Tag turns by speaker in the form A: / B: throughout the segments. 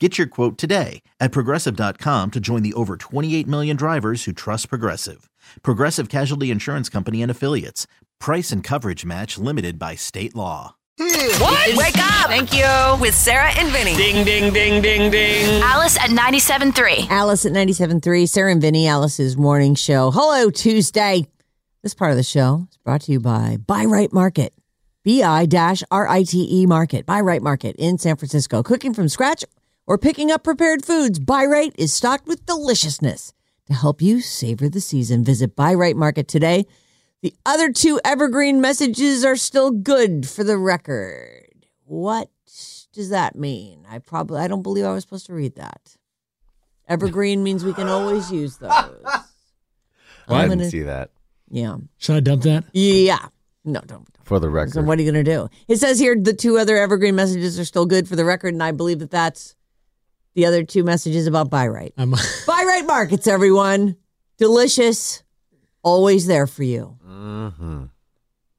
A: Get your quote today at progressive.com to join the over 28 million drivers who trust Progressive. Progressive Casualty Insurance Company and Affiliates. Price and coverage match limited by state law.
B: What?
C: Wake up!
B: Thank you. With Sarah and Vinny.
C: Ding, ding, ding, ding, ding.
D: Alice at 97.3.
E: Alice at 97.3, Sarah and Vinny, Alice's morning show. Hello, Tuesday. This part of the show is brought to you by Buy Right Market, B-I dash R-I-T-E E Market, Buy Right Market in San Francisco. Cooking from scratch or picking up prepared foods, Buy Right is stocked with deliciousness to help you savor the season. Visit Buy Right Market today. The other two evergreen messages are still good for the record. What does that mean? I probably I don't believe I was supposed to read that. Evergreen means we can always use those.
F: Well, I
E: I'm
F: didn't
E: gonna-
F: see that.
E: Yeah.
G: Should I dump that?
E: Yeah. No, don't.
F: For the
E: So
F: record,
E: what are you going to do? It says here the two other evergreen messages are still good for the record, and I believe that that's the other two messages about buy right.
G: I'm,
E: buy right markets, everyone. Delicious, always there for you.
G: Mm-hmm.
F: Mhm.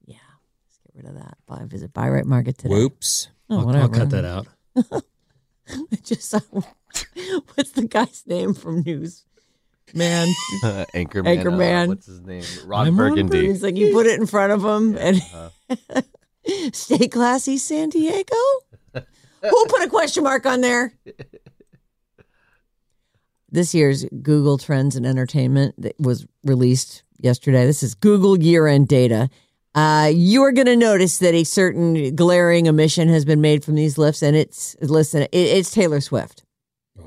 E: Yeah, let's get rid of that. Buy visit buy right market today.
C: Whoops.
E: Oh,
G: I'll, I'll
E: whatever.
G: cut that out.
E: Just what's the guy's name from News? Man,
F: Anchorman. uh,
E: Anchorman.
F: what's his name? Ron
G: I'm on
F: Burgundy.
E: it's like you put it in front of him and
F: Uh,
E: Stay classy, San Diego. Who put a question mark on there? This year's Google Trends and Entertainment that was released yesterday. This is Google year end data. Uh, you are going to notice that a certain glaring omission has been made from these lists, and it's listen, it, it's Taylor Swift.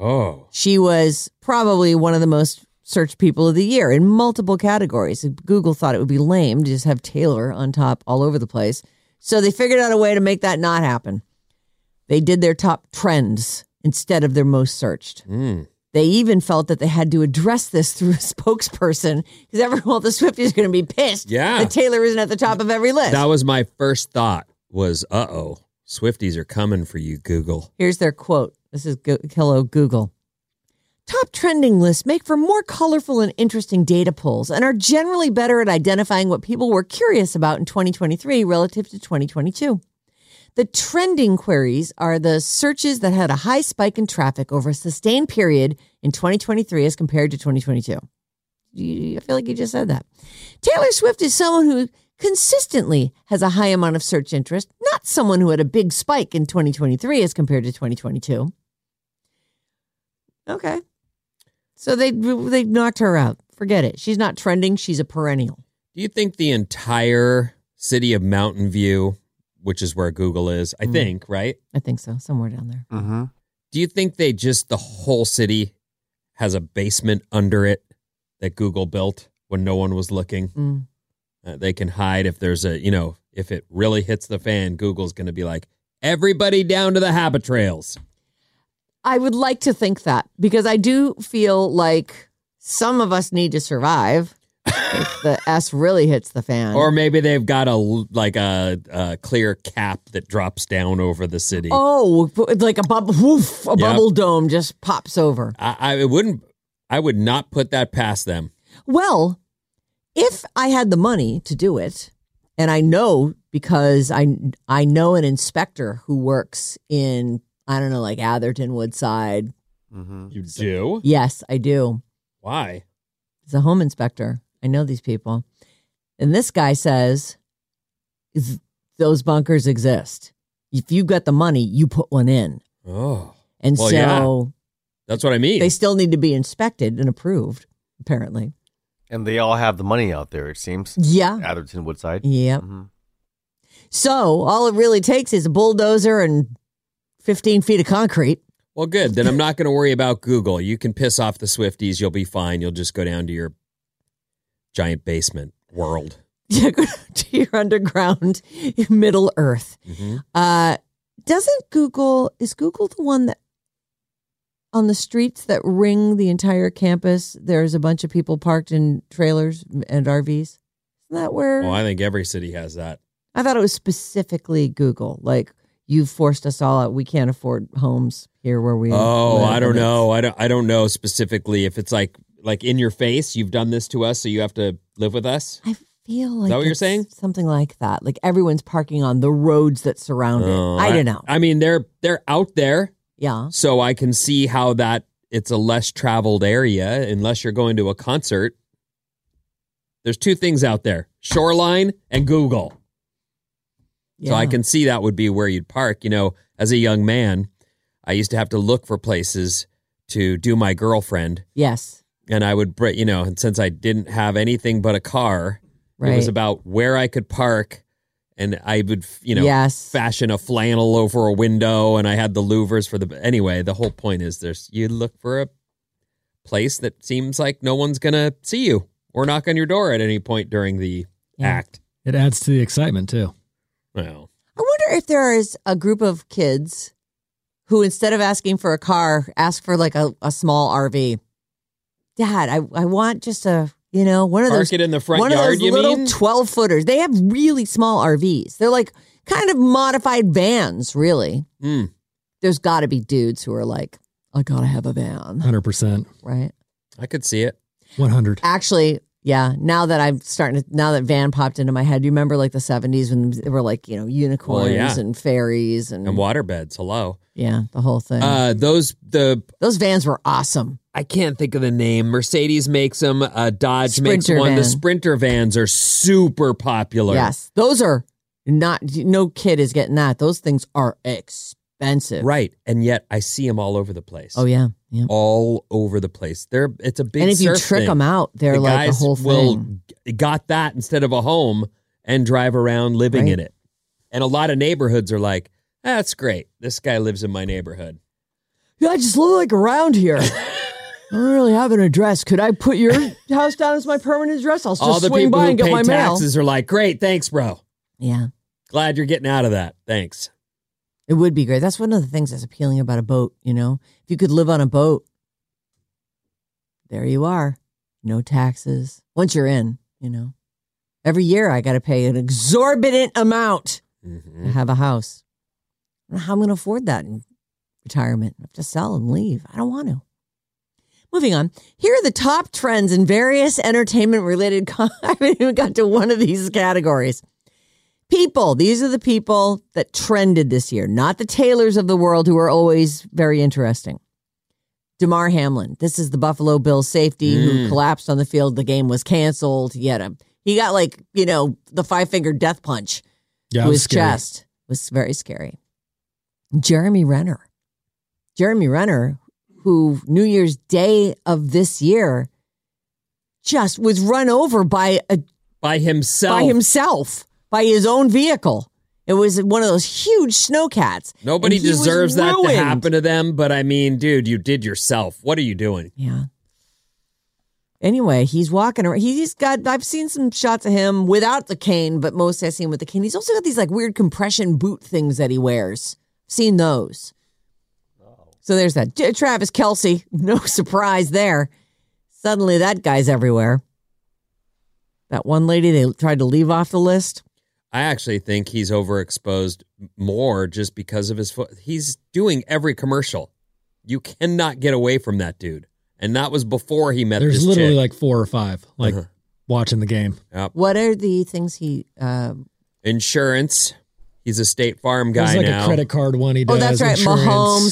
C: Oh.
E: She was probably one of the most searched people of the year in multiple categories. Google thought it would be lame to just have Taylor on top all over the place. So they figured out a way to make that not happen. They did their top trends instead of their most searched. They even felt that they had to address this through a spokesperson because everyone, well, the Swifties is going to be pissed
C: Yeah.
E: that Taylor isn't at the top of every list.
C: That was my first thought was, uh-oh, Swifties are coming for you, Google.
E: Here's their quote. This is Go- Hello Google. Top trending lists make for more colorful and interesting data polls and are generally better at identifying what people were curious about in 2023 relative to 2022. The trending queries are the searches that had a high spike in traffic over a sustained period in 2023 as compared to 2022. You- I feel like you just said that. Taylor Swift is someone who consistently has a high amount of search interest, not someone who had a big spike in 2023 as compared to 2022. Okay. So they they knocked her out. Forget it. She's not trending, she's a perennial.
C: Do you think the entire city of Mountain View, which is where Google is, I
E: Mm.
C: think, right?
E: I think so, somewhere down there.
F: mhm.
C: Do you think they just, the whole city has a basement under it that Google built when no one was looking?
E: Mm.
C: Uh, they can hide if there's a, you know, if it really hits the fan, Google's going to be like, everybody down to the habit trails.
E: I would like to think that because I do feel like some of us need to survive. if the S really hits the fan.
C: Or maybe they've got a like a, a clear cap that drops down over the city.
E: oh, like a bubble woof, a bubble dome just pops over.
C: I, I it wouldn't. I would not put that past them.
E: Well, if I had the money to do it, and I know because I I know an inspector who works in I don't know like Atherton Woodside.
F: Mhm.
C: You do
E: Yes, I do.
C: why?
E: He's a home inspector. I know these people. And this guy says "Th- those bunkers exist. If you got the money, you put one in.
C: Oh,
E: And
C: Well,
E: so
C: yeah. That's what I mean.
E: They still need to be inspected and approved, apparently.
F: And they all have the money out there, it seems.
E: Yeah.
F: Atherton Woodside.
E: Yep.
F: Mhm.
E: So all it really takes is a bulldozer and 15 feet of concrete.
C: well, good. Then I'm not going to worry about Google. You can piss off the Swifties. You'll be fine. You'll just go down to your giant basement world.
E: Yeah, go to your underground Middle Earth.
C: Mhm.
E: Uh, doesn't Google is Google the one that on the streets that ring the entire campus? There's a bunch of people parked in trailers and RVs. Isn't that where?
C: Well, Oh, I think every city has that.
E: I thought it was specifically Google. Like you forced us all out. We can't afford homes here where we.
C: Oh,
E: live,
C: I don't
E: and it's-
C: know. I don't. I don't know specifically if it's like like in your face. You've done this to us, so you have to live with us.
E: I feel like
C: that what you're
E: it's
C: saying?
E: Something like that. Like everyone's parking on the roads that surround
C: Oh,
E: it. I, don't know.
C: I mean, they're they're out there,
E: yeah.
C: so I can see how that it's a less traveled area unless you're going to a concert. There's two things out there: shoreline and Google.
E: yeah.
C: So I can see that would be where you'd park. You know, as a young man, I used to have to look for places to do my girlfriend,
E: Yes.
C: and I would, br- you know, and since I didn't have anything but a car,
E: Right.
C: it was about where I could park, and I would, you know,
E: Yes.
C: fashion a flannel over a window, and I had the louvers for the. Anyway, the whole point is there's you look for a place that seems like no one's gonna see you or knock on your door at any point during the
E: Yeah.
C: act.
G: It adds to the excitement too.
C: Well,
E: I wonder if there is a group of kids who, instead of asking for a car, ask for like a, a small RV. Dad, I, I want just a, you know, one of
C: park
E: those,
C: it in the front
E: one
C: yard.
E: of
C: you
E: those little
C: mean?
E: 12 footers. They have really small RVs. They're like kind of modified vans, really.
C: Hmm.
E: There's got to be dudes who are like, I got to have a van,
G: Hundred percent.
E: right?
C: I could see it.
G: One hundred.
E: Actually, yeah. Now that I'm starting to, now that van popped into my head, you remember like the 70s when they were like, you know, unicorns
C: yeah.
E: and fairies and,
C: And waterbeds, hello.
E: yeah, the whole thing.
C: Uh, those the
E: Those vans were awesome.
C: I can't think of the name. Mercedes makes them. Uh, Dodge makes
E: Sprinter
C: one. The
E: van.
C: Sprinter vans are super popular.
E: Yes. Those are not, no kid is getting that. Those things are expensive.
C: right. And yet I see them all over the place.
E: Oh, yeah. Yeah.
C: all over the place. They're it's a big.
E: and if you
C: surf
E: trick
C: thing.
E: them out, they're
C: the
E: like the
C: guys
E: whole thing.
C: will g- got that instead of a home and drive around living
E: Right.
C: in it. And a lot of neighborhoods are like, that's great. This guy lives in my neighborhood.
E: yeah, I just live like around here. I don't really have an address. Could I put your house down as my permanent address? I'll just
C: all the
E: swing
C: people
E: by
C: who
E: and get
C: pay
E: my
C: taxes are like, great, thanks, bro.
E: mail. Yeah.
C: Glad you're getting out of that. Thanks.
E: It would be great. That's one of the things that's appealing about a boat, you know? If you could live on a boat, there you are. No taxes. Once you're in, you know. Every year I got to pay an exorbitant amount
C: Mhm.
E: to have a house. I don't know how I'm going to afford that in retirement. I have to sell and leave. I don't want to. Moving on. Here are the top trends in various entertainment related. Con- I haven't even got to one of these categories. People. These are the people that trended this year, not the Taylors of the world who are always very interesting. Damar Hamlin. This is the Buffalo Bills safety who collapsed on the field. The game was canceled. He had a, he got like, you know, the five finger death punch
G: Yeah,
E: to
G: it was
E: his
G: scary.
E: chest was very scary. Jeremy Renner. Jeremy Renner, who New Year's Day of this year just was run over by a
C: By himself.
E: by himself, by his own vehicle. It was one of those huge snowcats.
C: Nobody
E: And he was
C: deserves that to
E: ruined.
C: happen to them, but I mean, dude, you did yourself. What are you doing?
E: Yeah. Anyway, he's walking around. He's got, I've seen some shots of him without the cane, but mostly I've seen with the cane. He's also got these like weird compression boot things that he wears. Seen those. So there's that. J- Travis Kelsey, no surprise there. Suddenly that guy's everywhere. That one lady they tried to leave off the list.
C: I actually think he's overexposed more just because of his foot. He's doing every commercial. You cannot get away from that dude. And that was before he met
G: There's
C: this
G: literally
C: chick.
G: like four or five like
C: Uh-huh.
G: watching the game.
C: Yep.
E: What are the things he, um,
C: insurance. He's a State Farm guy
G: There's like
C: now.
G: a credit card one. He does.
E: Oh, that's right.
G: insurance.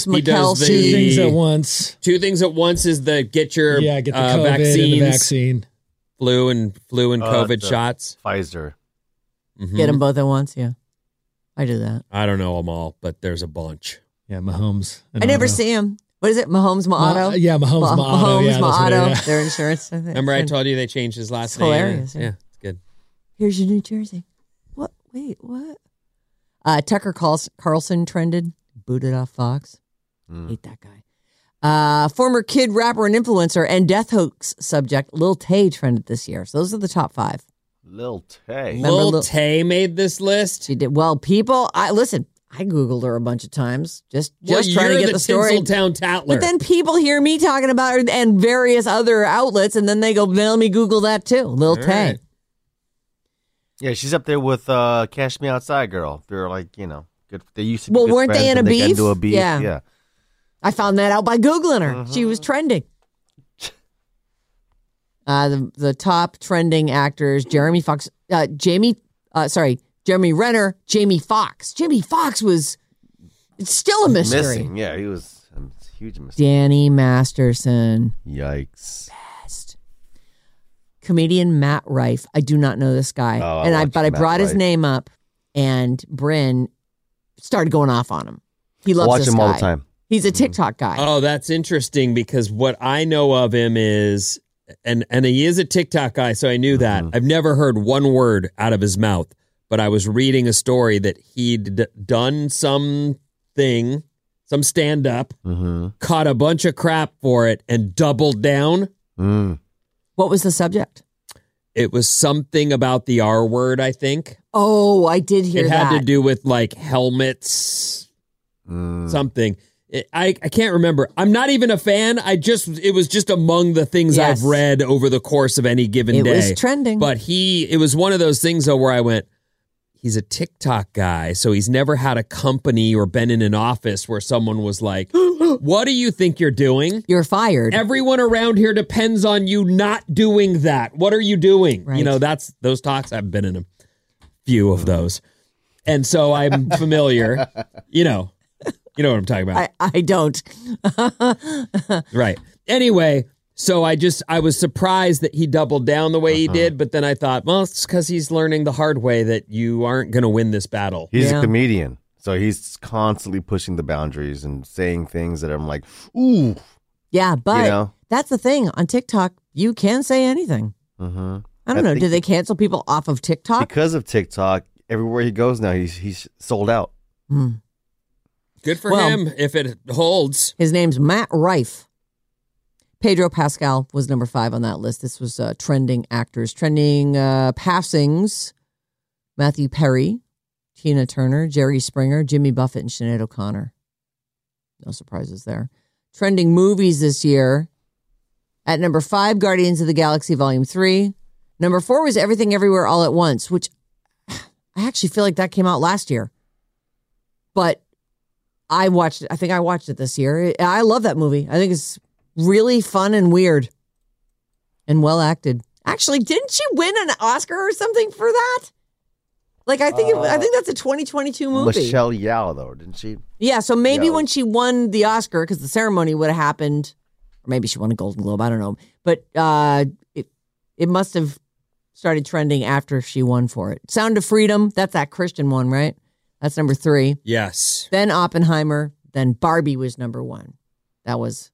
E: Mahomes,
C: He does
G: Two
C: the-
E: McKelsey.
G: things at once.
C: Two things at once is the get your
G: Yeah, get the
C: uh,
G: COVID
C: vaccines,
G: and the vaccine.
C: flu and flu and
F: Uh,
C: COVID
F: the-
C: shots.
F: Pfizer.
C: Mhm.
E: Get them both at once. Yeah. I do that.
C: I don't know them all, but there's a bunch.
G: Yeah, Mahomes. and
E: I never
G: Otto.
E: see him. What is it? Mahomes Motto?
G: Ma- yeah, Mahomes
E: Ma-
G: Motto,
E: Mahomes
G: yeah, that's what it
E: Motto.
G: is, yeah.
E: Their insurance. I think.
C: Remember, I
E: It's like,
C: told you they changed his last
E: It's
C: name.
E: hilarious, yeah.
C: yeah, it's good.
E: Here's your New Jersey. What? Wait, what? Uh, Tucker Carls- Carlson trended, booted off Fox. Hate that guy. Uh, former kid rapper and influencer and death hoax subject Lil Tay trended this year. So those are the top five.
F: Lil Tay.
E: Remember
C: Lil
E: Lil-
C: Tay made this list.
E: She did well. People, I listen. I googled her a bunch of times just just
C: well,
E: trying to
C: you're
E: get
C: the,
E: the, story.
C: Tinseltown Tattler.
E: But then people hear me talking about her and various other outlets, and then they go, "Now "Let me Google that too." Lil
C: All
E: Tay.
C: right.
F: Yeah, she's up there with uh, Cash Me Outside Girl. They're like, you know, good. They used to be
E: Well,
F: good
E: weren't they
F: friends,
E: in a
F: and got
E: beef?
F: into a beef.
E: Yeah.
F: Yeah.
E: I found that out by Googling her. She was
C: Uh-huh.
E: trending. Uh, the, the top trending actors Jeremy Fox, uh, Jamie, uh, sorry, Jeremy Renner, Jamie Fox. Jamie Fox was, it's still a mystery.
F: Missing. Yeah, he was um, it's a huge mistake.
E: Danny Masterson.
F: Yikes.
E: Best. Comedian Matt Rife. I do not know this guy.
F: Oh, I
E: and I,
F: watch
E: but I
F: Matt
E: brought his
F: Rife.
E: name up and Bryn started going off on him. He loves
F: Watch
E: this
F: him all the
E: guy.
F: time. Mm-hmm.
E: He's a TikTok guy.
C: Oh, that's interesting because what I know of him is, and and he is a TikTok guy, so I knew that. I've never heard one word out of his mouth, but I was reading a story that he'd d- done something, some stand up,
F: Mm-hmm.
C: caught a bunch of crap for it, and doubled down.
F: Mm.
E: What was the subject?
C: It was something about the R word, I think.
E: Oh, I did hear
C: it had
E: that.
C: to do with like helmets,
F: Mm.
C: something. It, I, I can't remember. I'm not even a fan. I just it was just among the things
E: Yes.
C: I've read over the course of any given
E: it
C: day.
E: was trending.
C: but he it was one of those things though where I went, he's a TikTok guy, so he's never had a company or been in an office where someone was like, "What do you think you're doing?"
E: you're fired.
C: Everyone around here depends on you not doing that. What are you doing?
E: Right.
C: You know, that's those talks. I've been in a few of those. And so I'm familiar, you know, you know what I'm talking about.
E: I, I don't.
C: right. Anyway, so I just, I was surprised that he doubled down the way
E: Uh-huh.
C: he did. But then I thought, well, it's because he's learning the hard way that you aren't going to win this battle.
F: He's
E: Yeah.
F: a comedian, so he's constantly pushing the boundaries and saying things that I'm like, ooh,
E: yeah, but
F: you know.
E: that's the thing on TikTok. You can say anything.
F: hmm
E: I don't
F: I
E: know.
F: think
E: Did they cancel people off of TikTok?
F: Because of TikTok, everywhere he goes now, he's he's sold out.
E: Hmm.
C: Good for
E: Well-
C: him if it holds.
E: His name's Matt Rife. Pedro Pascal was number five on that list. This was uh, trending actors, trending uh, passings. Matthew Perry, Tina Turner, Jerry Springer, Jimmy Buffett, and Sinead O'Connor. No surprises there. Trending movies this year. At number five, Guardians of the Galaxy Volume 3. Number four was Everything Everywhere All at Once, which I actually feel like that came out last year. But I watched it. I think I watched it this year. It- I love that movie. I think it's really fun and weird and well acted. Actually, didn't she win an Oscar or something for that? Like I think it, I think that's a 2022 movie.
F: Michelle Yao, though, didn't she?
E: Yeah, so maybe
F: Yeah.
E: when she won the Oscar, because the ceremony would have happened, or maybe she won a Golden Globe. I don't know, but uh, it it must have started trending after she won for it. Sound of Freedom, that's that Christian one, right? That's number three.
C: Yes.
E: Then Oppenheimer, then Barbie was number one. That was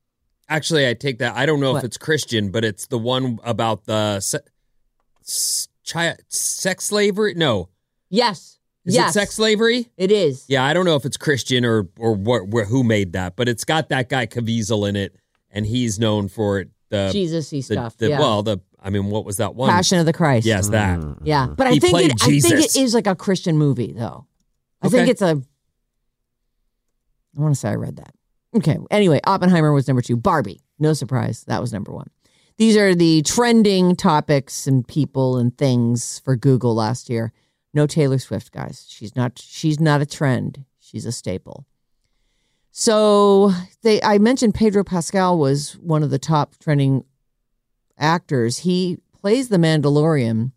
C: Actually, I take that. I don't know
E: What?
C: if it's Christian, but it's the one about the se- s- chi- sex slavery. No,
E: yes,
C: is
E: yes,
C: it sex slavery?
E: it is.
C: Yeah, I don't know if it's Christian or or what where, who made that, but it's got that guy Caviezel in it, and he's known for it. The,
E: Jesus-y
C: the-
E: stuff.
C: the-
E: yeah.
C: Well, the I mean, what was that one?
E: Passion of the Christ. Hmm.
C: Yes, that.
E: Yeah, but I
C: Mm-hmm. He
E: think
C: played
E: it, I think it
C: Jesus.
E: is like a Christian movie, though. I think
C: Okay.
E: it's a. I want to say I read that. Okay. Anyway, Oppenheimer was number two. Barbie, no surprise, that was number one. These are the trending topics and people and things for Google last year. No Taylor Swift, guys. She's not. She's not a trend. She's a staple. So they, I mentioned Pedro Pascal was one of the top trending actors. He plays the Mandalorian.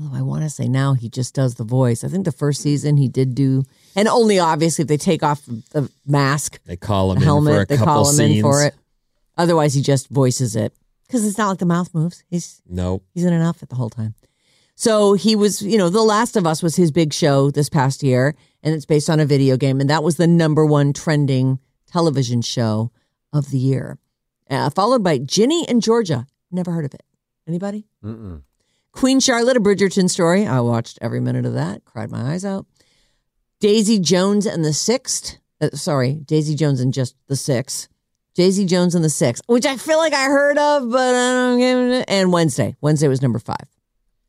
E: Although I want to say now he just does the voice. I think the first season he did do, and only obviously if they take off the mask,
C: They call him
E: the
C: in for a
E: helmet, they
C: couple
E: call him
C: scenes.
E: in for it. Otherwise, he just voices it because it's not like the mouth moves. He's
C: No,
E: He's in an outfit the whole time. So he was, you know, The Last of Us was his big show this past year, and it's based on a video game, and that was the number one trending television show of the year, uh, followed by Ginny and Georgia. Never heard of it. Anybody?
F: Mm-mm.
E: Queen Charlotte, a Bridgerton story. I watched every minute of that, cried my eyes out. Daisy Jones and the Sixth. Uh, sorry, Daisy Jones and just the Six. Daisy Jones and the Six, which I feel like I heard of, but I don't give a. And Wednesday. Wednesday was number five.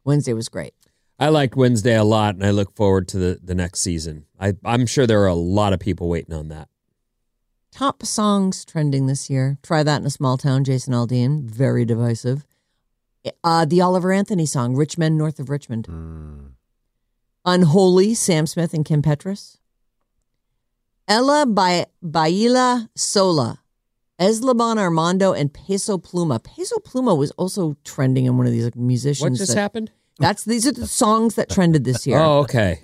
E: Wednesday was great.
C: I liked Wednesday a lot, and I look forward to the, the next season. I, I'm sure there are a lot of people waiting on that.
E: Top songs trending this year. Try that in a small town, Jason Aldean. Very divisive. Uh, the Oliver Anthony song, Rich Men North of Richmond. Unholy, Sam Smith and Kim Petras. Ella ba- Baila Sola, Eslaban Armando, and Peso Pluma. Peso Pluma was also trending in one of these like, musicians.
C: What just
E: that-
C: happened?
E: That's these are the songs that trended this year.
C: Oh, okay.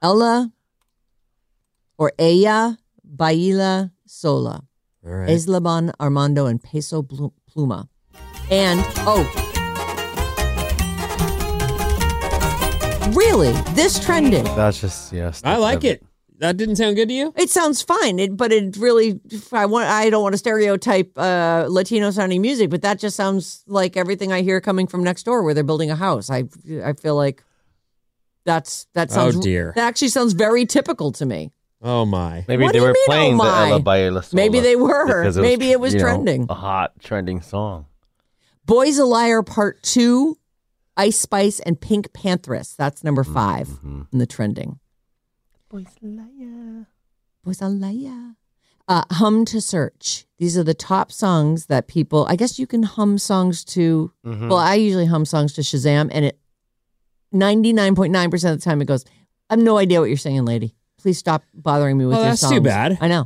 E: Ella or Ella Baila Sola.
C: All right.
E: Eslaban Armando and Peso Blu- Pluma. And, oh. Really? This trended.
F: That's just yes.
C: I like it. That didn't sound good to you?
E: It sounds fine, it, but it really, I want, I don't want to stereotype uh, Latino sounding music, but that just sounds like everything I hear coming from next door where they're building a house. I, I feel like that's, that
C: Oh,
E: sounds,
C: dear.
E: that actually sounds very typical to me.
C: Oh, my.
F: Maybe
E: What do
F: they
E: you
F: were
E: mean, oh
F: playing
E: my?
F: the Ella Baila Sola
E: Maybe they were.
F: because
E: Maybe it was
F: you know,
E: trending.
F: a hot trending song.
E: Boys a Liar Part Two, Ice Spice, and Pink Panthers. That's number
C: Mm,
E: 5
C: mm-hmm.
E: in the trending. Boys a Liar. Uh, hum to search. These are the top songs that people. I guess you can hum songs to.
C: Mm-hmm.
F: Mm-hmm.
E: Well, I usually hum songs to Shazam, and it ninety nine point nine percent of the time it goes. I have no idea what you're singing, lady. Please stop bothering me with
C: Well,
E: your
C: that's too
E: songs.
C: bad.
E: I know.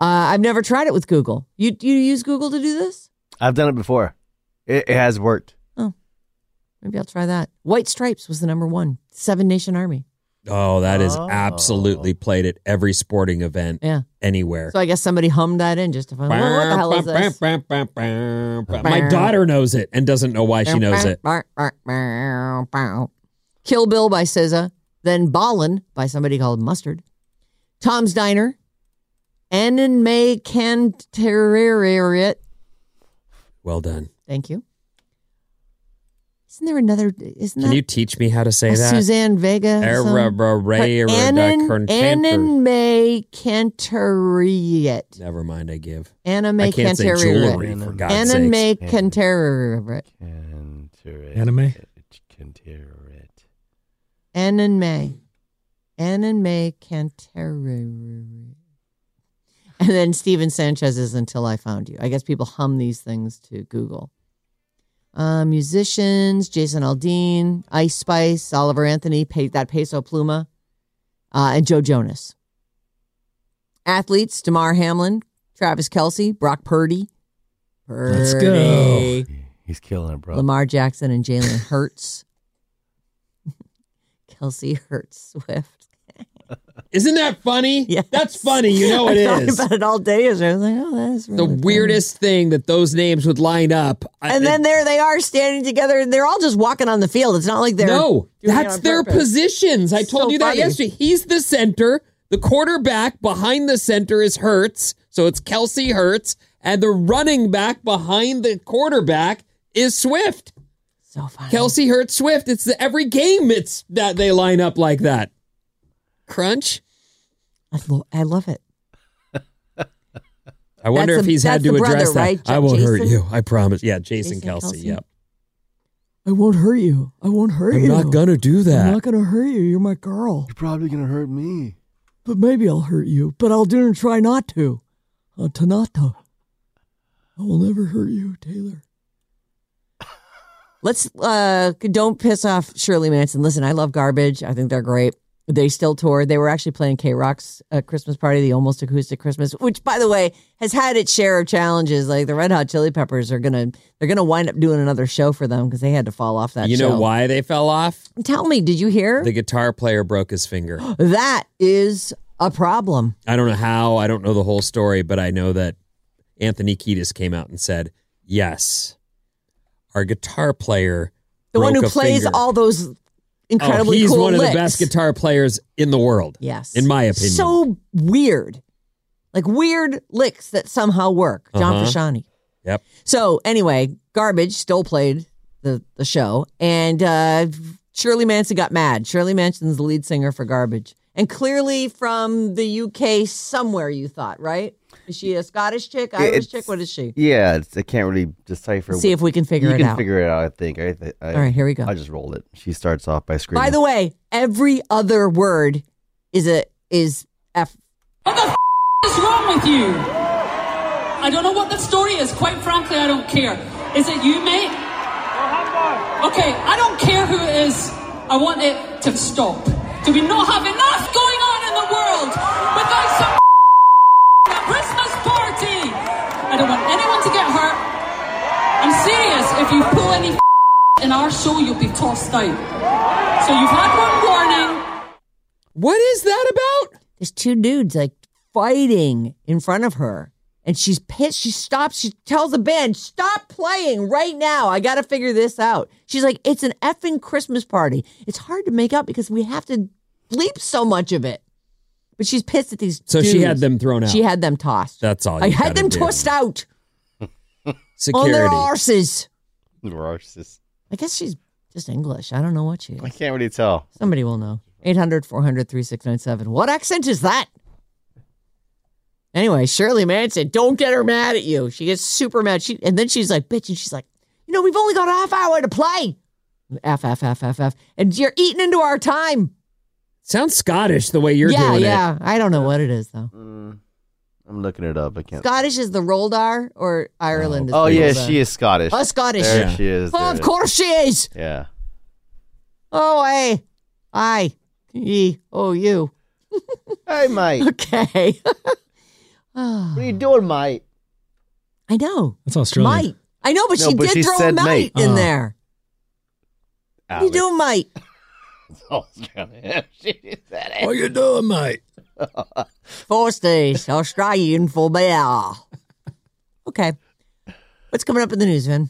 E: Uh, I've never tried it with Google. You you use Google to do this?
F: I've done it before. It, it has worked.
E: Maybe I'll try that. White Stripes was the number one. Seven Nation Army.
C: Oh, that is
F: Oh.
C: absolutely played at every sporting event
E: Yeah.
C: anywhere.
E: So I guess somebody hummed that in just to find out well, what the hell is this.
C: My daughter knows it and doesn't know why she knows it.
E: Kill Bill by SZA, then Ballin by somebody called Mustard, Tom's Diner, Annan May Canterariat.
C: Well done.
E: Thank you. Isn't there another? Isn't
C: Can
E: that
C: you teach me how to say
E: a
C: that?
E: Suzanne Vega? song? But Annan Annan
C: Never
E: May Canterariat.
C: mind, I give.
E: Anime
C: I can't say
E: Canterbury.
C: jewelry for
F: Anime.
C: God's
E: Anime
C: sake.
E: Canterbury.
F: Can tear it.
G: Anime?
F: Can tear it.
E: Anime. Anime Canterbury. And then Steven Sanchez is Until I Found You. I guess people hum these things to Google. Uh, musicians, Jason Aldean, Ice Spice, Oliver Anthony, Pe- that Peso Pluma, uh, and Joe Jonas. Athletes, Damar Hamlin, Travis Kelsey, Brock Purdy. Purdy.
G: Let's go.
F: He's killing it, bro.
E: Lamar Jackson and Jalen Hurts. Kelsey Hurts Swift.
C: Isn't that funny?
E: Yes.
C: That's funny. You know it
E: I thought
C: is.
E: about it all day. yesterday. I was like, oh, that is
C: The
E: really funny.
C: weirdest thing that those names would line up. I-
E: And then there they are standing together. and They're all just walking on the field. It's not like they're
C: no,
E: doing it
C: that's
E: on
C: their
E: purpose.
C: positions. I told
E: So
C: you that
E: funny.
C: yesterday. He's the center. The quarterback behind the center is Hertz, so it's Kelsey Hertz, and the running back behind the quarterback is Swift.
E: So funny.
C: Kelsey Hertz Swift. It's the, every game. It's that they line up like that. Crunch.
E: I, lo- I love it.
C: I wonder
E: That's
C: if
E: the-
C: he's had
E: that's
C: to
E: the brother,
C: address that.
E: right? Ja-
C: I won't hurt
E: Jason?
C: you. I promise. Yeah, Jason,
E: Jason
C: Kelsey.
E: Kelce.
C: Yep.
E: I won't hurt you. I won't hurt
C: I'm not gonna do that.
E: gonna hurt you. You're my girl.
F: You're probably gonna hurt me.
E: But maybe I'll hurt you. But I'll do and try not to. Uh, to not to. I will never hurt you, Taylor. Let's uh don't piss off Shirley Manson. Listen, I love garbage. I think they're great. They still toured. They were actually playing K Rock's uh, Christmas party, the almost acoustic Christmas, which, by the way, has had its share of challenges. Like the Red Hot Chili Peppers are gonna they're gonna wind up doing another show for them because they had to fall off that.
C: You know
E: show.
C: why they fell off?
E: Tell me, did you hear?
C: The guitar player broke his finger.
E: that is a problem.
C: I don't know how. I don't know the whole story, but I know that Anthony Kiedis came out and said, "Yes, our guitar player,
E: The one
C: broke
E: who
C: a
E: plays
C: finger."
E: all those incredibly
C: oh, he's
E: cool
C: one of the
E: licks.
C: best guitar players in the world.
E: Yes.
C: in my opinion.
E: So weird. like weird licks that somehow work. John
C: Uh-huh.
E: Frusciante.
C: Yep.
E: So anyway, garbage still played the the show, and uh, Shirley Manson got mad. Shirley Manson's the lead singer for Garbage, and clearly from the UK somewhere. You thought right? Is she a Scottish chick, Irish
F: It's-
E: chick? What is she?
F: Yeah, it's, I can't really decipher.
E: See if we can figure
F: you
E: it
F: can
E: out.
F: figure it out. I think. I, th- I,
E: All right, here we go.
F: I just rolled it. She starts off by screaming.
E: By the way, every other word is a is f.
H: What's wrong with you? I don't know what the story is. Quite frankly, I don't care. Is it you, mate? Okay, I don't care who it is. I want it to stop. Do we not have enough going on in the world without some a Christmas party? I don't want anyone to get hurt. I'm serious. If you pull any in our show, you'll be tossed out. So you've had one warning.
C: What is that about?
E: There's two dudes like fighting in front of her. And she's pissed. She stops. She tells the band, stop playing right now. I got to figure this out. She's like, it's an effing Christmas party. It's hard to make out because we have to bleep so much of it. But she's pissed at these
C: So she
E: dudes.
C: had them thrown out.
E: She had Oh, them tossed.
C: That's all.
E: I
C: you
E: had
C: gotta
E: them
C: do.
E: tossed out on
C: Security.
E: their arses.
F: Narcissus.
E: I guess she's just English. I don't know what she is.
F: I can't really tell.
E: Somebody will know. 800 400 3697. What accent is that? Anyway, Shirley Manson, don't get her mad at you. She gets super mad. She And then she's like, bitch, and she's like, you know, we've only got a half hour to play. F, F, F, F, F. And you're eating into our time.
C: Sounds Scottish the way you're
E: yeah,
C: doing it.
E: yeah. I don't know what it is, though.
F: Mm, I'm looking it up. I can't.
E: Scottish is the Roldar or Ireland
F: oh yeah,
E: is the
F: she is Scottish.
E: Oh, Scottish.
F: There
C: Yeah.
F: she is.
E: Oh,
F: There
E: of
F: it is.
E: course she is.
F: Yeah.
E: Oh, hey. I. E. O. U.
F: Hey, mate.
E: Okay. Ah.
F: What are you doing, mate?
E: I know.
G: That's Australian.
E: Mike. I know, but
F: No,
E: she
F: but
E: did
F: she
E: throw a
F: said
E: mite
F: mate.
E: in
C: Oh.
G: Uh-huh.
E: there. What are you doing, Mike?
F: doing? Oh, she said it.
G: What you doing, mate?
E: Forsters, Australian for beer. Okay. What's coming up in the news, Vin?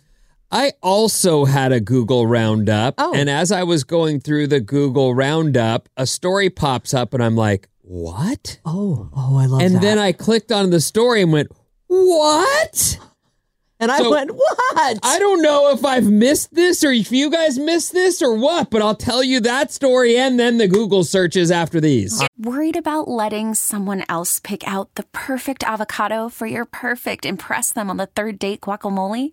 C: I also had a Google roundup.
E: Oh.
C: And as I was going through the Google roundup, a story pops up and I'm like, what?
E: Oh, oh, I love
C: and
E: that.
C: then I clicked on the story and went, what?
E: and I
C: so-
E: went, what?
C: I don't know if I've missed this or if you guys missed this or what, but I'll tell you that story and then the Google searches after these.
I: Worried about letting someone else pick out the perfect avocado for your perfect impress them on the third date guacamole?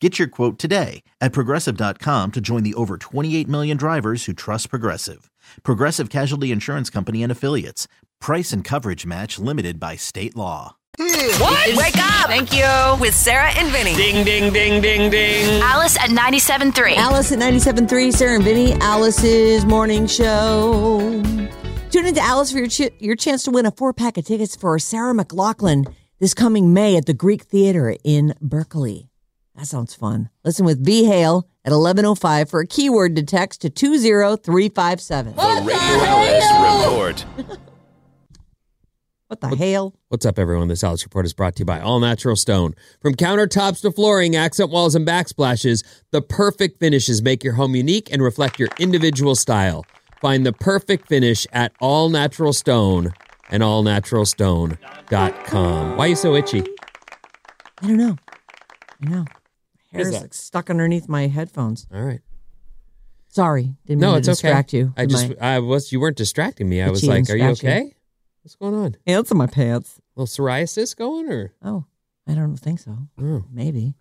A: Get your quote today at progressive.com to join the over 28 million drivers who trust Progressive. Progressive Casualty Insurance Company and Affiliates. Price and coverage match limited by state law.
B: What? Wake up! Thank you. With Sarah and Vinny.
C: Ding, ding, ding, ding, ding.
D: Alice at 97.3.
E: Alice at 97.3, Sarah and Vinny, Alice's morning show. Tune into Alice for your, ch- your chance to win a four pack of tickets for Sarah McLaughlin this coming May at the Greek Theater in Berkeley. That sounds fun. Listen with V Hale at 11.05 for a keyword to text to 20357.
H: What the hell?
E: What the hell?
C: What's up, everyone? This Alice Report is brought to you by All Natural Stone. From countertops to flooring, accent walls, and backsplashes, the perfect finishes make your home unique and reflect your individual style. Find the perfect finish at All Natural Stone and allnaturalstone.com. Why are you so itchy?
E: I don't know. I know. My hair's
C: that?
E: like stuck underneath my headphones.
C: All right.
E: Sorry. Didn't mean
C: No,
E: to
C: it's
E: distract
C: okay.
E: you.
C: I
E: with
C: just,
E: my
C: I was, you weren't distracting me. I
E: The
C: was
E: cheating
C: like, are you
E: scratching.
C: okay? What's going on?
E: hands in my pants.
C: little psoriasis going or?
E: Oh, I don't think so.
C: Oh.
E: Maybe.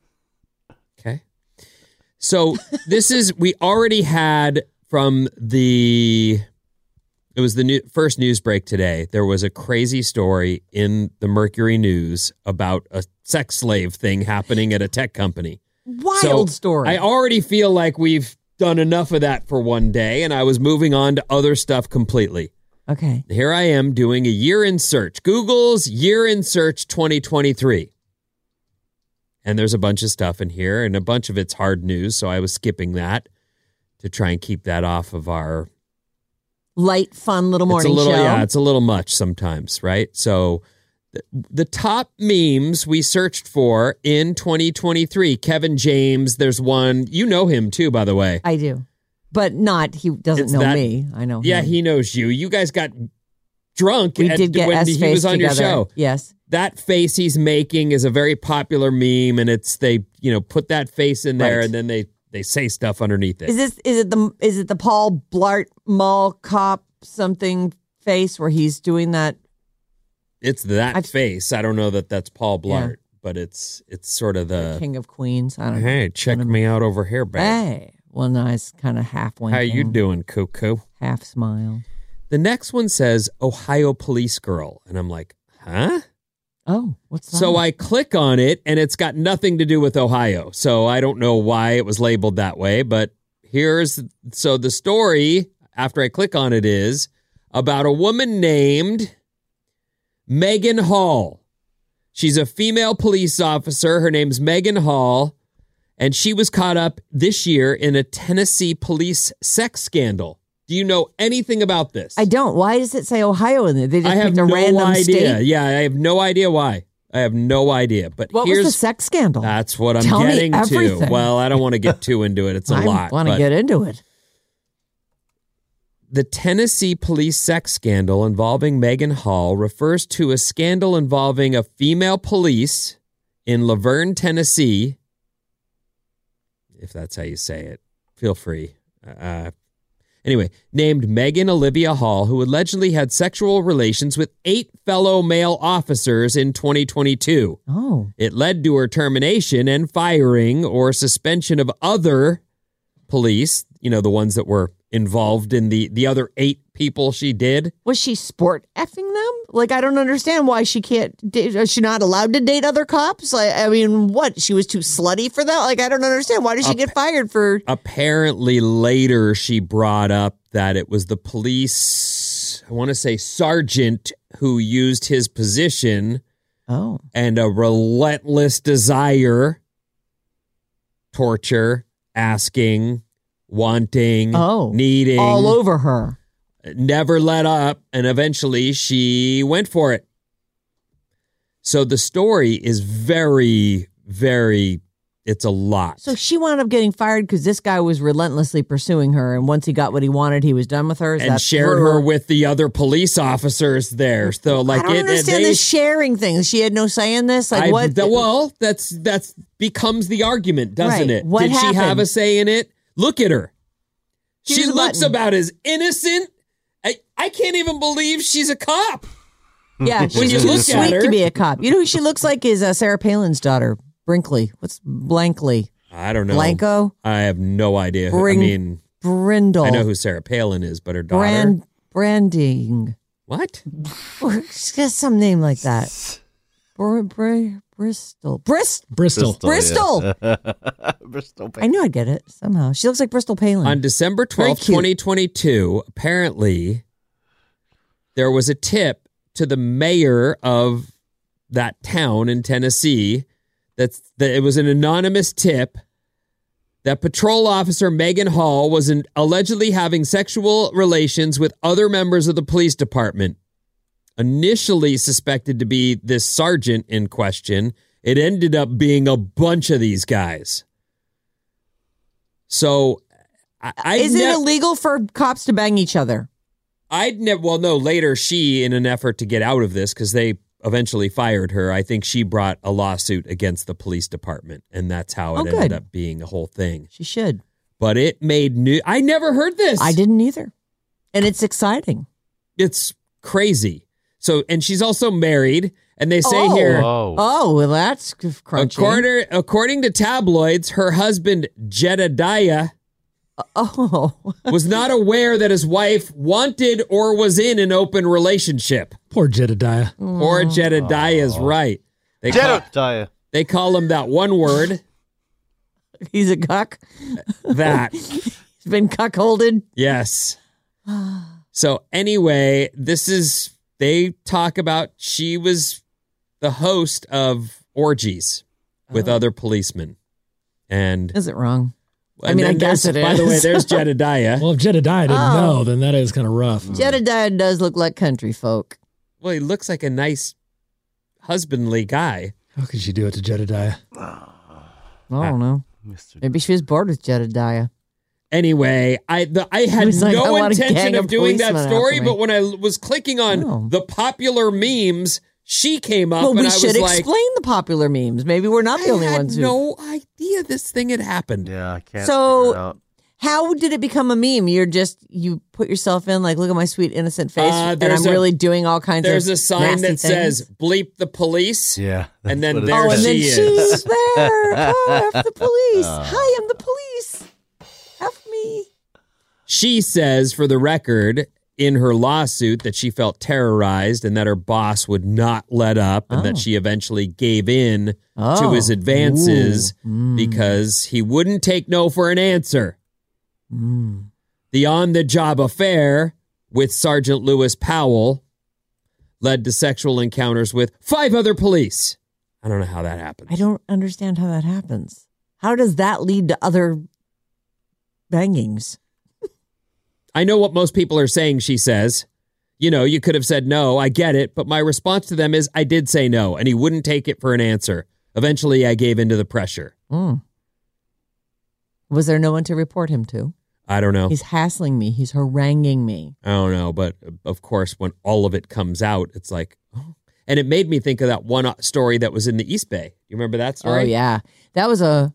C: Okay. So this is we already had from the it was the new, first news break today. There was a crazy story in the Mercury News about a sex slave thing happening at a tech company.
E: Wild
C: So
E: story.
C: I already feel like we've done enough of that for one day, and I was moving on to other stuff completely.
E: okay.
C: Here I am doing a year in search, Google's year in search 2023. And there's a bunch of stuff in here, and a bunch of it's hard news. So I was skipping that to try and keep that off of our
E: Light, fun little morning
C: it's a little,
E: show.
C: Yeah, it's a little much sometimes, right? So th- the top memes we searched for in 2023 Kevin James, there's one. You know him too, by the way.
E: I do. But not, he doesn't
C: It's
E: know
C: that-
E: me. I know
C: Yeah,
E: him.
C: he knows you. You guys got drunk
E: Mm-hmm. We
C: at-
E: did get
C: when
E: S
C: he
E: face
C: was on
E: together.
C: your show.
E: Yes.
C: That face he's making is a very popular meme, and it's they, you know, put that face in there
E: Right.
C: and then they they say stuff underneath it.
E: Is this is it the is it the Paul Blart mall cop something face where he's doing that?
C: it's that
E: I've-
C: face. I don't know that that's Paul
E: Yeah.
C: Blart, but it's it's sort of the
E: King of Queens. I don't know.
C: Uh, Hey, check me out over here, babe.
E: Hey, well, nice kind of half winking,
C: How you doing, cuckoo?
E: half smile.
C: The next one says Ohio police girl, and I'm like, huh?
E: Oh, what's that?
C: So I click on it, and it's got nothing to do with Ohio. So I don't know why it was labeled that way, but here's so the story after I click on it is about a woman named Megan Hall. She's a female police officer. Her name's Megan Hall, and she was caught up this year in a Tennessee police sex scandal. Do you know anything about this?
E: I don't. Why does it say Ohio in there? They just
C: I have
E: picked a
C: no
E: random
C: idea.
E: state.
C: Yeah, I have no idea why. I have no idea. But
E: What
C: here's
E: was the sex scandal?
C: that's what I'm
E: Tell me
C: getting to.
E: everything.
C: Well, I don't want to get too into it. It's a
E: I
C: lot.
E: want to
C: but
E: get into it.
C: The Tennessee police sex scandal involving Megan Hall refers to a scandal involving a female police in Laverne, Tennessee. If that's how you say it, feel free. Uh, anyway, named Megan Olivia Hall, who allegedly had sexual relations with eight fellow male officers in 2022.
E: Oh,
C: It led to her termination and firing or suspension of other police, you know, the ones that were involved in the the other eight people she did.
E: was she sport effing them? Like I don't understand why she can't. Date, is she not allowed to date other cops? I, I mean, what? She was too slutty for that. Like I don't understand. Why did she get fired for?
C: Apparently later she brought up that it was the police I want to say sergeant who used his position
E: Oh,
C: and a relentless desire torture asking wanting
E: Oh.
C: needing
E: all over her.
C: never let up, and eventually she went for it. So the story is very, very, it's a lot.
E: So she wound up getting fired because this guy was relentlessly pursuing her, and once he got what he wanted, he was done with her. Is
C: and
E: that
C: shared
E: true?
C: her with the other police officers there. So like
E: I don't
C: it,
E: understand
C: they,
E: this sharing thing. She had no say in this. Like
C: I-
E: what?
C: the- well, that's that's becomes the argument, doesn't
E: Right.
C: it?
E: What
C: Did she have
E: happened?
C: a say in it? Look at her.
E: Here's
C: she
E: a
C: looks
E: button.
C: about as innocent. I, I can't even believe she's a cop.
E: yeah,
C: when
E: she's
C: you
E: too
C: look at
E: sweet
C: her-
E: to be a cop. You know who she looks like is uh, Sarah Palin's daughter, Brinkley. What's Blankley?
C: I don't know.
E: Blanco?
C: I have no idea. who-
E: Bring-
C: I mean,
E: Brindle.
C: I know who Sarah Palin is, but her daughter.
E: Brand branding.
C: what?
E: Or she's got some name like that. Br- Br- Bristol. Brist.
G: Bristol.
E: Bristol.
F: yeah. Bristol.
E: I knew I'd get it somehow. She looks like Bristol Palin.
C: On December
E: Very
C: 12th,
E: cute.
C: 2022, apparently there was a tip to the mayor of that town in Tennessee that's, that it was an anonymous tip that patrol officer Megan Hall was in, allegedly having sexual relations with other members of the police department. Initially suspected to be this sergeant in question, it ended up being a bunch of these guys. So, I, I'd
E: is it
C: nev-
E: illegal for cops to bang each other?
C: I'd never. Well, no. Later, she, in an effort to get out of this, because they eventually fired her. I think she brought a lawsuit against the police department, and that's how it
E: Oh,
C: ended
E: good.
C: up being a whole thing.
E: She should.
C: But it made new. I never heard this.
E: I didn't either. And it's exciting.
C: It's crazy. So, and she's also married, and they say
E: Oh.
C: here.
F: Oh.
E: Oh, well, that's crunchy.
C: According, according to tabloids, her husband Jedediah
E: Oh,
C: was not aware that his wife wanted or was in an open relationship.
G: Poor Jedediah.
C: Or Jedediah's right. They call,
F: Jedediah.
C: they call him that one word,
E: he's a cuck.
C: that.
E: He's been cuckolded.
C: Yes. So anyway, this is they talk about she was the host of orgies with
E: Oh.
C: other policemen. And,
E: Is it wrong? I
C: and
E: mean, I
C: then
E: guess
C: there's-
E: it
C: By the way,
E: is.
C: there's Jedediah.
G: Well, if Jedediah didn't
E: Oh.
G: know, then that is kind of rough.
E: Jedediah does look like country folk.
C: well, he looks like a nice husbandly guy.
G: How could she do it to Jedediah?
E: I don't know.
F: Mr.
E: Maybe she was bored with Jedediah.
C: Anyway, I the, I had
E: He's like, I
C: no
E: want a
C: intention
E: gang
C: of
E: of
C: doing that
E: policemen after
C: story,
E: me.
C: but when I l- was clicking on
E: No.
C: the popular memes, she came up
E: well,
C: and
E: we
C: I
E: should
C: was like,
E: explain the popular memes. Maybe we're not the only
C: I had
E: ones who.
C: no idea this thing had happened.
F: Yeah, I can't.
E: So-
F: figure it out.
E: How did it become a meme? You're just you put yourself in like, look at my sweet innocent face,
C: Uh,
E: and
C: there's
E: I'm
C: a-
E: really doing all kinds of.
C: There's a sign
E: nasty
C: that
E: things.
C: says "bleep the police."
F: yeah,
C: And then
F: that's what
E: Oh,
F: it
C: there
E: and
F: says.
E: then
C: she is.
E: she's there. Oh, F the police. Hi, I'm the police. F me.
C: She says, for the record, in her lawsuit, that she felt terrorized and that her boss would not let up, and that she eventually gave in to
E: Oh. Mm.
C: his advances because he wouldn't take no for an answer. Hmm. The on the job affair with Sergeant Lewis Powell led to sexual encounters with five other police. I don't know how that happened.
E: I don't understand how that happens. How does that lead to other bangings?
C: I know what most people are saying, she says. You know, you could have said no, I get it, but my response to them is I did say no, and he wouldn't take it for an answer. Eventually, I gave into the pressure.
E: Mm. Was there no one to report him to?
C: I don't know.
E: He's hassling me. He's haranguing me.
C: I don't know, but uh, of course, when all of it comes out, it's like, oh. and it made me think of that one uh, story that was in the East Bay. You remember that story?
E: Oh yeah, that was a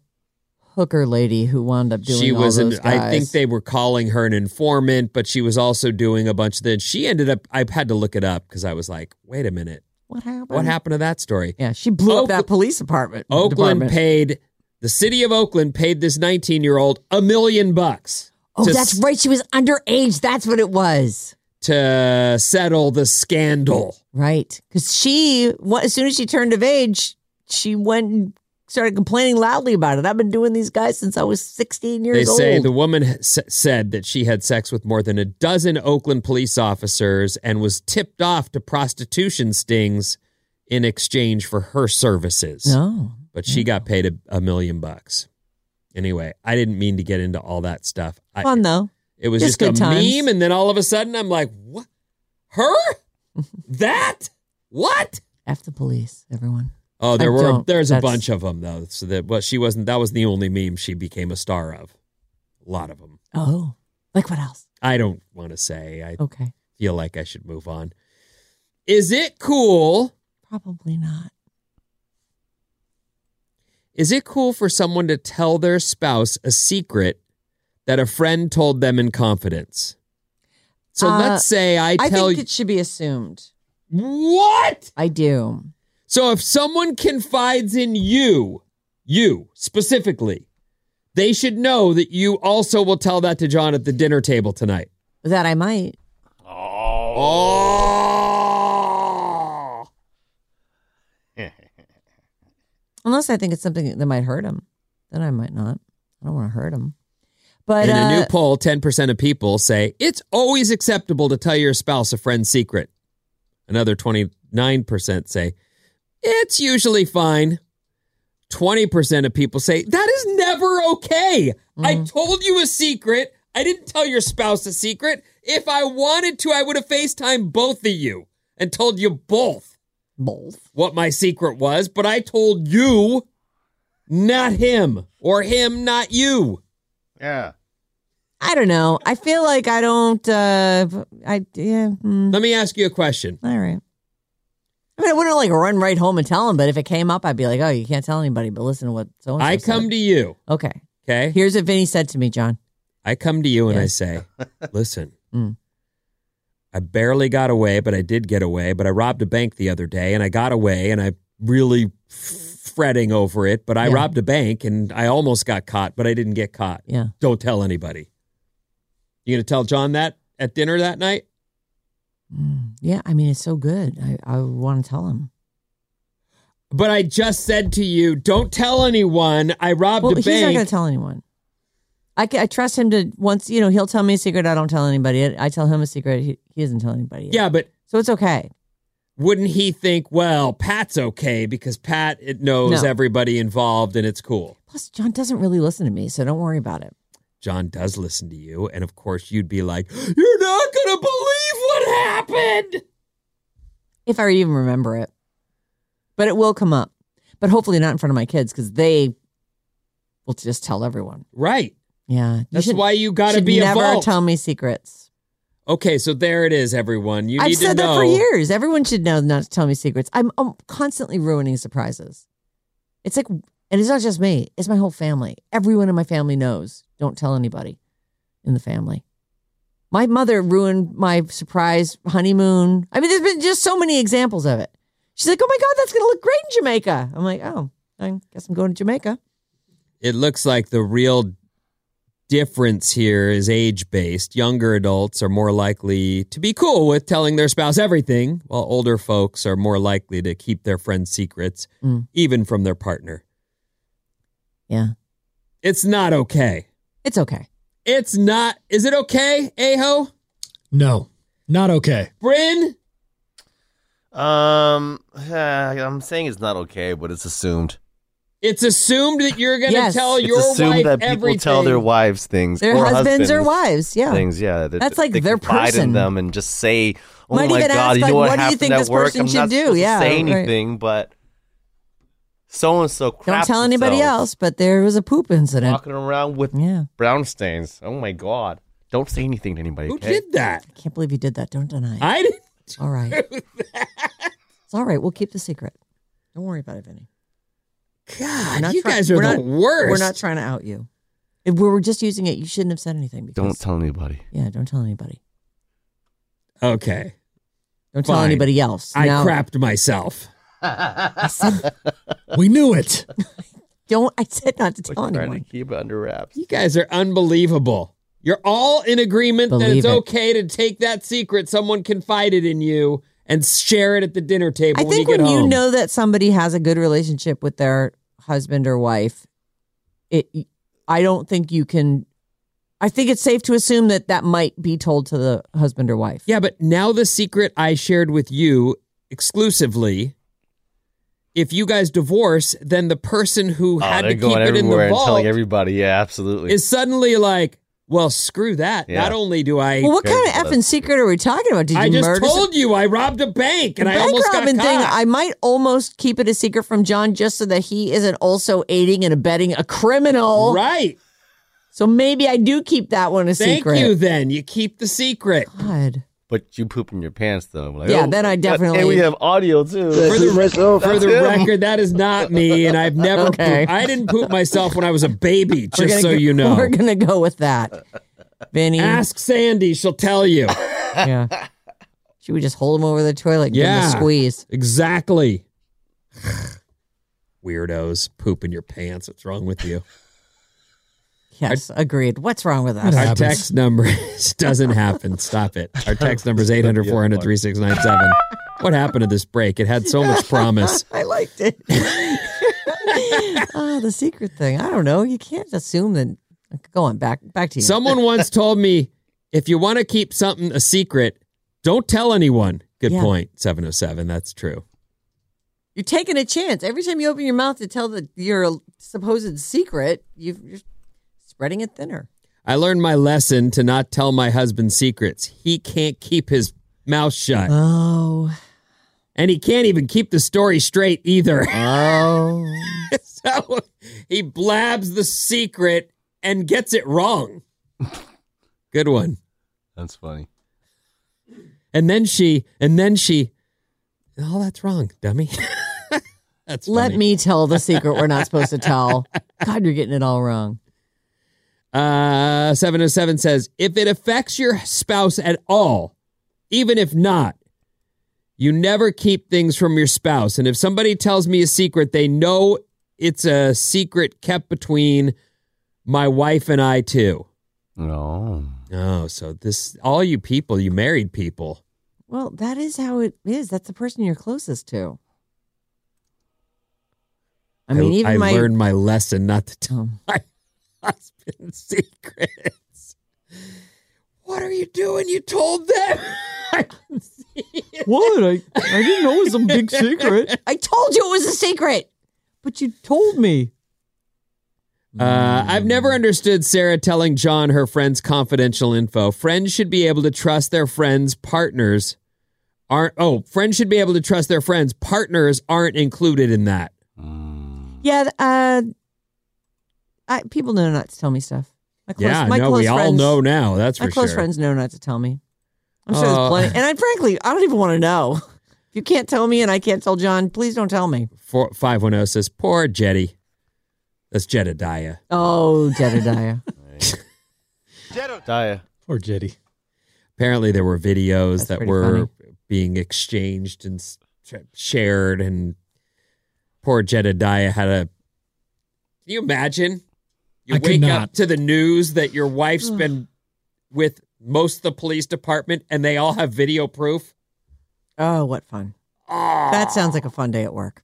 E: hooker lady who wound up doing.
C: she
E: all
C: was
E: those
C: an, I think
E: guys.
C: they were calling her an informant, but she was also doing a bunch of then she ended up I had to look it up because I was like, wait a minute,
E: What happened?
C: what happened to that story?
E: Yeah, she blew
C: Oak-
E: up that police apartment.
C: Oakland
E: department.
C: paid the city of Oakland paid this 19 year old a million bucks
E: Oh,
C: to-
E: that's right. She was underage. That's what it was.
C: to settle the scandal.
E: Right, because she wa- as soon as she turned of age, she went and started complaining loudly about it. I've been doing these guys since I was sixteen years
C: They
E: old.
C: say the woman s- said that she had sex with more than a dozen Oakland police officers and was tipped off to prostitution stings in exchange for her services.
E: no.
C: But she got paid a, a million bucks. Anyway, I didn't mean to get into all that stuff. I,
E: Fun though.
C: It was just,
E: Just good
C: a
E: times.
C: meme, and then all of a sudden, I'm like, "What? Her? that? What?"
E: F the police, everyone.
C: Oh, there
E: I
C: were
E: don't.
C: there's a
E: That's-
C: bunch of them though. So that well, she wasn't. That was the only meme she became a star of. A lot of them.
E: Oh, like what else?
C: I don't want to say. I
E: Okay,
C: feel like I should move on. Is it cool?
E: probably not.
C: Is it cool for someone to tell their spouse a secret that a friend told them in confidence? So
E: Uh,
C: let's say I
E: I
C: tell
E: think
C: you
E: it should be assumed.
C: what.
E: I do.
C: So if someone confides in you, you specifically, they should know that you also will tell that to John at the dinner table tonight.
E: That I might.
C: Oh.
E: Unless I think it's something that might hurt him, then I might not. I don't want to hurt him. But
C: In a new
E: uh,
C: poll, 10% of people say it's always acceptable to tell your spouse a friend's secret. Another 29% say it's usually fine. 20% of people say that is never okay. I
E: Mm-hmm.
C: told you a secret. I didn't tell your spouse a secret. If I wanted to, I would have FaceTime both of you and told you both
E: both.
C: what my secret was, but I told you, not him, or him, not you.
F: yeah.
E: I don't know. I feel like I don't. Uh, I yeah. mm,
C: Let me ask you a question.
E: all right. I mean, I wouldn't like run right home and tell him, but if it came up, I'd be like, "Oh, you can't tell anybody." But listen to what so and so
C: I come to you,
E: Okay,
C: okay?
E: here's what Vinny said to me, John.
C: I come to you and I
E: Yes.
C: say, listen,
E: Mm.
C: I barely got away, but I did get away, but I robbed a bank the other day and I got away and I'm really f- fretting over it, but I
E: Yeah.
C: robbed a bank and I almost got caught, but I didn't get caught.
E: Yeah.
C: Don't tell anybody. You gonna tell John that at dinner that night?
E: Yeah, I mean, it's so good. I, I want to tell him.
C: But I just said to you, don't tell anyone. I robbed
E: Well,
C: a
E: he's not going
C: bank.
E: to tell anyone. I, ca- I trust him to once you know he'll tell me a secret. I don't tell anybody. I, I tell him a secret. He, he doesn't tell anybody.
C: yeah, but
E: so it's okay.
C: wouldn't he think, well, Pat's okay because Pat it knows
E: No.
C: everybody involved and it's cool.
E: Plus, John doesn't really listen to me, so don't worry about it.
C: John does listen to you, and of course you'd be like, You're not gonna believe what happened.
E: If I even remember it, but it will come up. But hopefully not in front of my kids because they will just tell everyone.
C: Right.
E: Yeah, you
C: That's
E: should-
C: why you gotta
E: should
C: be a
E: never
C: vault.
E: tell me secrets.
C: okay, so there it is, everyone. You need
E: I've said
C: to
E: that
C: know.
E: for years. Everyone should know not to tell me secrets. I'm, I'm constantly ruining surprises. It's like, and it's not just me, it's my whole family. Everyone in my family knows. Don't tell anybody in the family. My mother ruined my surprise honeymoon. I mean, there's been just so many examples of it. She's like, oh my God, that's going to look great in Jamaica. I'm like, oh, I guess I'm going to Jamaica.
C: it looks like the real difference here is age based. Younger adults are more likely to be cool with telling their spouse everything, while older folks are more likely to keep their friends' secrets,
E: Mm.
C: even from their partner.
E: Yeah,
C: It's not okay.
E: it's okay.
C: It's not. Is it okay, Aho?
G: No, not okay.
C: Bryn?
F: Um, uh, I'm saying it's not okay, but it's assumed.
C: It's assumed that you're going to
E: Yes.
C: tell
E: It's
C: your
F: it's assumed
C: wife
F: that people
C: everything.
F: tell their wives things,
E: Their
F: or
E: husbands, or
F: husbands
E: wives. Yeah.
F: things. Yeah, that-
E: That's like
F: they
E: their
F: confide
E: person.
F: in them and just say, "Oh
E: Might
F: my
E: even
F: god,
E: ask,
F: you
E: like,
F: know what,
E: what do you
F: happened
E: think
F: at
E: this
F: work?
E: person
F: I'm
E: should
F: not
E: do?"
F: supposed to
E: Yeah,
F: say
E: right.
F: anything, but so and so.
E: Don't tell anybody else, but there was a poop incident.
F: Walking around with
E: Yeah.
F: brown stains. Oh my god! Don't say anything to anybody.
C: Who
F: okay?
C: did that?
E: Can't believe you did that. Don't deny it.
C: I didn't.
E: It's all right. it's all right. We'll keep the secret. Don't worry about it, Vinny. We're
C: God,
E: not
C: you
E: try-
C: guys are
E: we're
C: the
E: not-
C: worst.
E: We're not trying to out you. If we were just using it, you shouldn't have said anything. Because,
F: Don't tell anybody.
E: Yeah, don't tell anybody.
C: okay.
E: Don't tell
C: Fine.
E: anybody else.
C: I
E: Now-
C: crapped myself.
G: We knew it.
E: Don't. I said not to
F: We're
E: tell
F: trying to
E: anyone.
F: keep it under wraps.
C: You guys are unbelievable. You're all in agreement that
E: Believe
C: it's
E: it.
C: okay to take that secret someone confided in you and share it at the dinner table
E: I
C: when you
E: think
C: get
E: when you
C: home.
E: know that somebody has a good relationship with their husband or wife, it. I don't think you can. I think it's safe to assume that that might be told to the husband or wife.
C: yeah, but now the secret I shared with you exclusively. If you guys divorce, then the person who
F: Oh,
C: had
F: they're
C: to keep
F: going
C: it in the
F: everywhere and
C: vault
F: telling everybody. Yeah, absolutely.
C: is suddenly like, well, screw that.
F: Yeah.
C: Not only do I,
E: Well, what
F: Okay,
E: kind of
F: well,
E: effing
F: that's-
E: secret are we talking about? Did you
C: I just
E: murder some-
C: told you I robbed a bank and
E: The
C: I almost got
E: robbing
C: caught.
E: thing, I might almost keep it a secret from John just so that he isn't also aiding and abetting a criminal.
C: right.
E: So maybe I do keep that one a
C: Thank
E: secret.
C: you. Then you keep the secret.
E: God.
F: But you poop in your pants though. Like,
E: Yeah,
F: oh,
E: then I
F: God,
E: definitely-
F: And we have audio too.
C: For the, for the
F: him.
C: record, that is not me, and I've never.
E: Okay.
C: Pooped. I didn't poop myself when I was a baby.
E: We're
C: Just
E: gonna
C: so
E: go-
C: you know.
E: We're going to go with that. Vinny.
C: Ask Sandy; she'll tell you
E: Yeah. Should we just hold him over the toilet and give him
C: Yeah.
E: a squeeze?
C: exactly. Weirdos poop in your pants. What's wrong with you?
E: Yes, agreed. What's wrong with
G: What
E: us?
C: Our
G: happens.
C: text number it doesn't happen. Stop it. Our text number is 800 400 3697. What happened to this break? It had so much promise.
E: I liked it. Ah, the secret thing. I don't know. You can't assume that. Go on, back back to you.
C: Someone once told me if you want to keep something a secret, don't tell anyone. Good
E: Yeah.
C: point, 707. That's true.
E: You're taking a chance. Every time you open your mouth to tell the, your supposed secret, you've, you're spreading it thinner.
C: I learned my lesson to not tell my husband secrets. He can't keep his mouth shut,
E: Oh,
C: and he can't even keep the story straight either.
E: oh.
C: so he blabs the secret and gets it wrong. Good one.
F: That's funny.
C: And then she, and then she, oh, that's wrong, dummy. that's
E: Let
C: funny.
E: me tell the secret we're not supposed to tell. God, you're getting it all wrong.
C: Uh, 707 says if it affects your spouse at all, even if not, you never keep things from your spouse. And if somebody tells me a secret, they know it's a secret kept between my wife and I, too.
F: No.
C: Oh, so this all you people, you married people.
E: Well, that is how it is. That's the person you're closest to. I mean, even
C: I
E: my
C: learned my lesson not to tell
E: Um,
C: my husband secrets. What are you doing? You told them. I can see it.
G: What? I, I didn't know it was a big secret.
E: I told you it was a secret.
G: But you told me.
C: Uh, I've
E: Hmm.
C: never understood Sarah telling John her friend's confidential info. Friends should be able to trust their friends' partners aren't. Oh, friends should be able to trust their friends. Partners aren't included in that.
E: Yeah, th- uh, I, people know not to tell me stuff. My close,
C: yeah,
E: my
C: no,
E: close
C: we
E: friends,
C: all know now. That's for
E: My close
C: sure.
E: friends know not to tell me. I'm sure
C: Uh,
E: there's plenty, and I frankly, I don't even want to know. If you can't tell me, and I can't tell John, please don't tell me.
C: Four, 510 says, poor Jetty. That's Jedediah.
E: Oh, Jedediah.
F: Daya.
G: Poor Jetty.
C: Apparently, there were videos
E: That's
C: that
E: pretty
C: were being exchanged and s- tra- shared, and poor Jedediah had a. Can you imagine? You
G: I could
C: wake up
G: not.
C: to the news that your wife's been with most of the police department, and they all have video proof.
E: oh, what fun! That sounds like a fun day at work.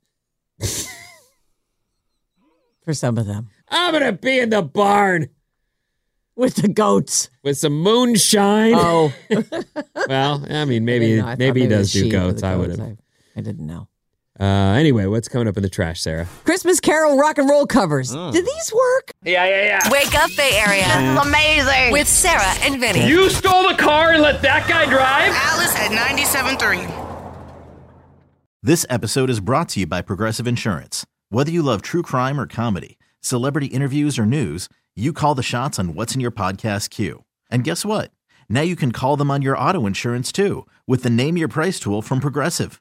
E: For some of them,
C: I'm gonna be in the barn
E: with the goats.
C: with some moonshine.
E: Oh,
C: Well, I mean,
E: I
C: maybe
E: didn't know. I thought
C: maybe he
E: it
C: does
E: was
C: do
E: sheep with
C: goats.
E: the
C: I would have.
E: I, I didn't know.
C: Uh, anyway, what's coming up in the trash, Sarah?
E: Christmas Carol rock and roll covers.
C: Hmm.
E: Do these work?
B: Wake up, Bay Area,
D: Amazing.
B: with Sarah and Vinny.
J: You stole the car and let that guy drive?
K: Alice at 97.3.
A: This episode is brought to you by Progressive Insurance. Whether you love true crime or comedy, celebrity interviews or news, you call the shots on what's in your podcast queue. And guess what? Now you can call them on your auto insurance too with the Name Your Price tool from Progressive.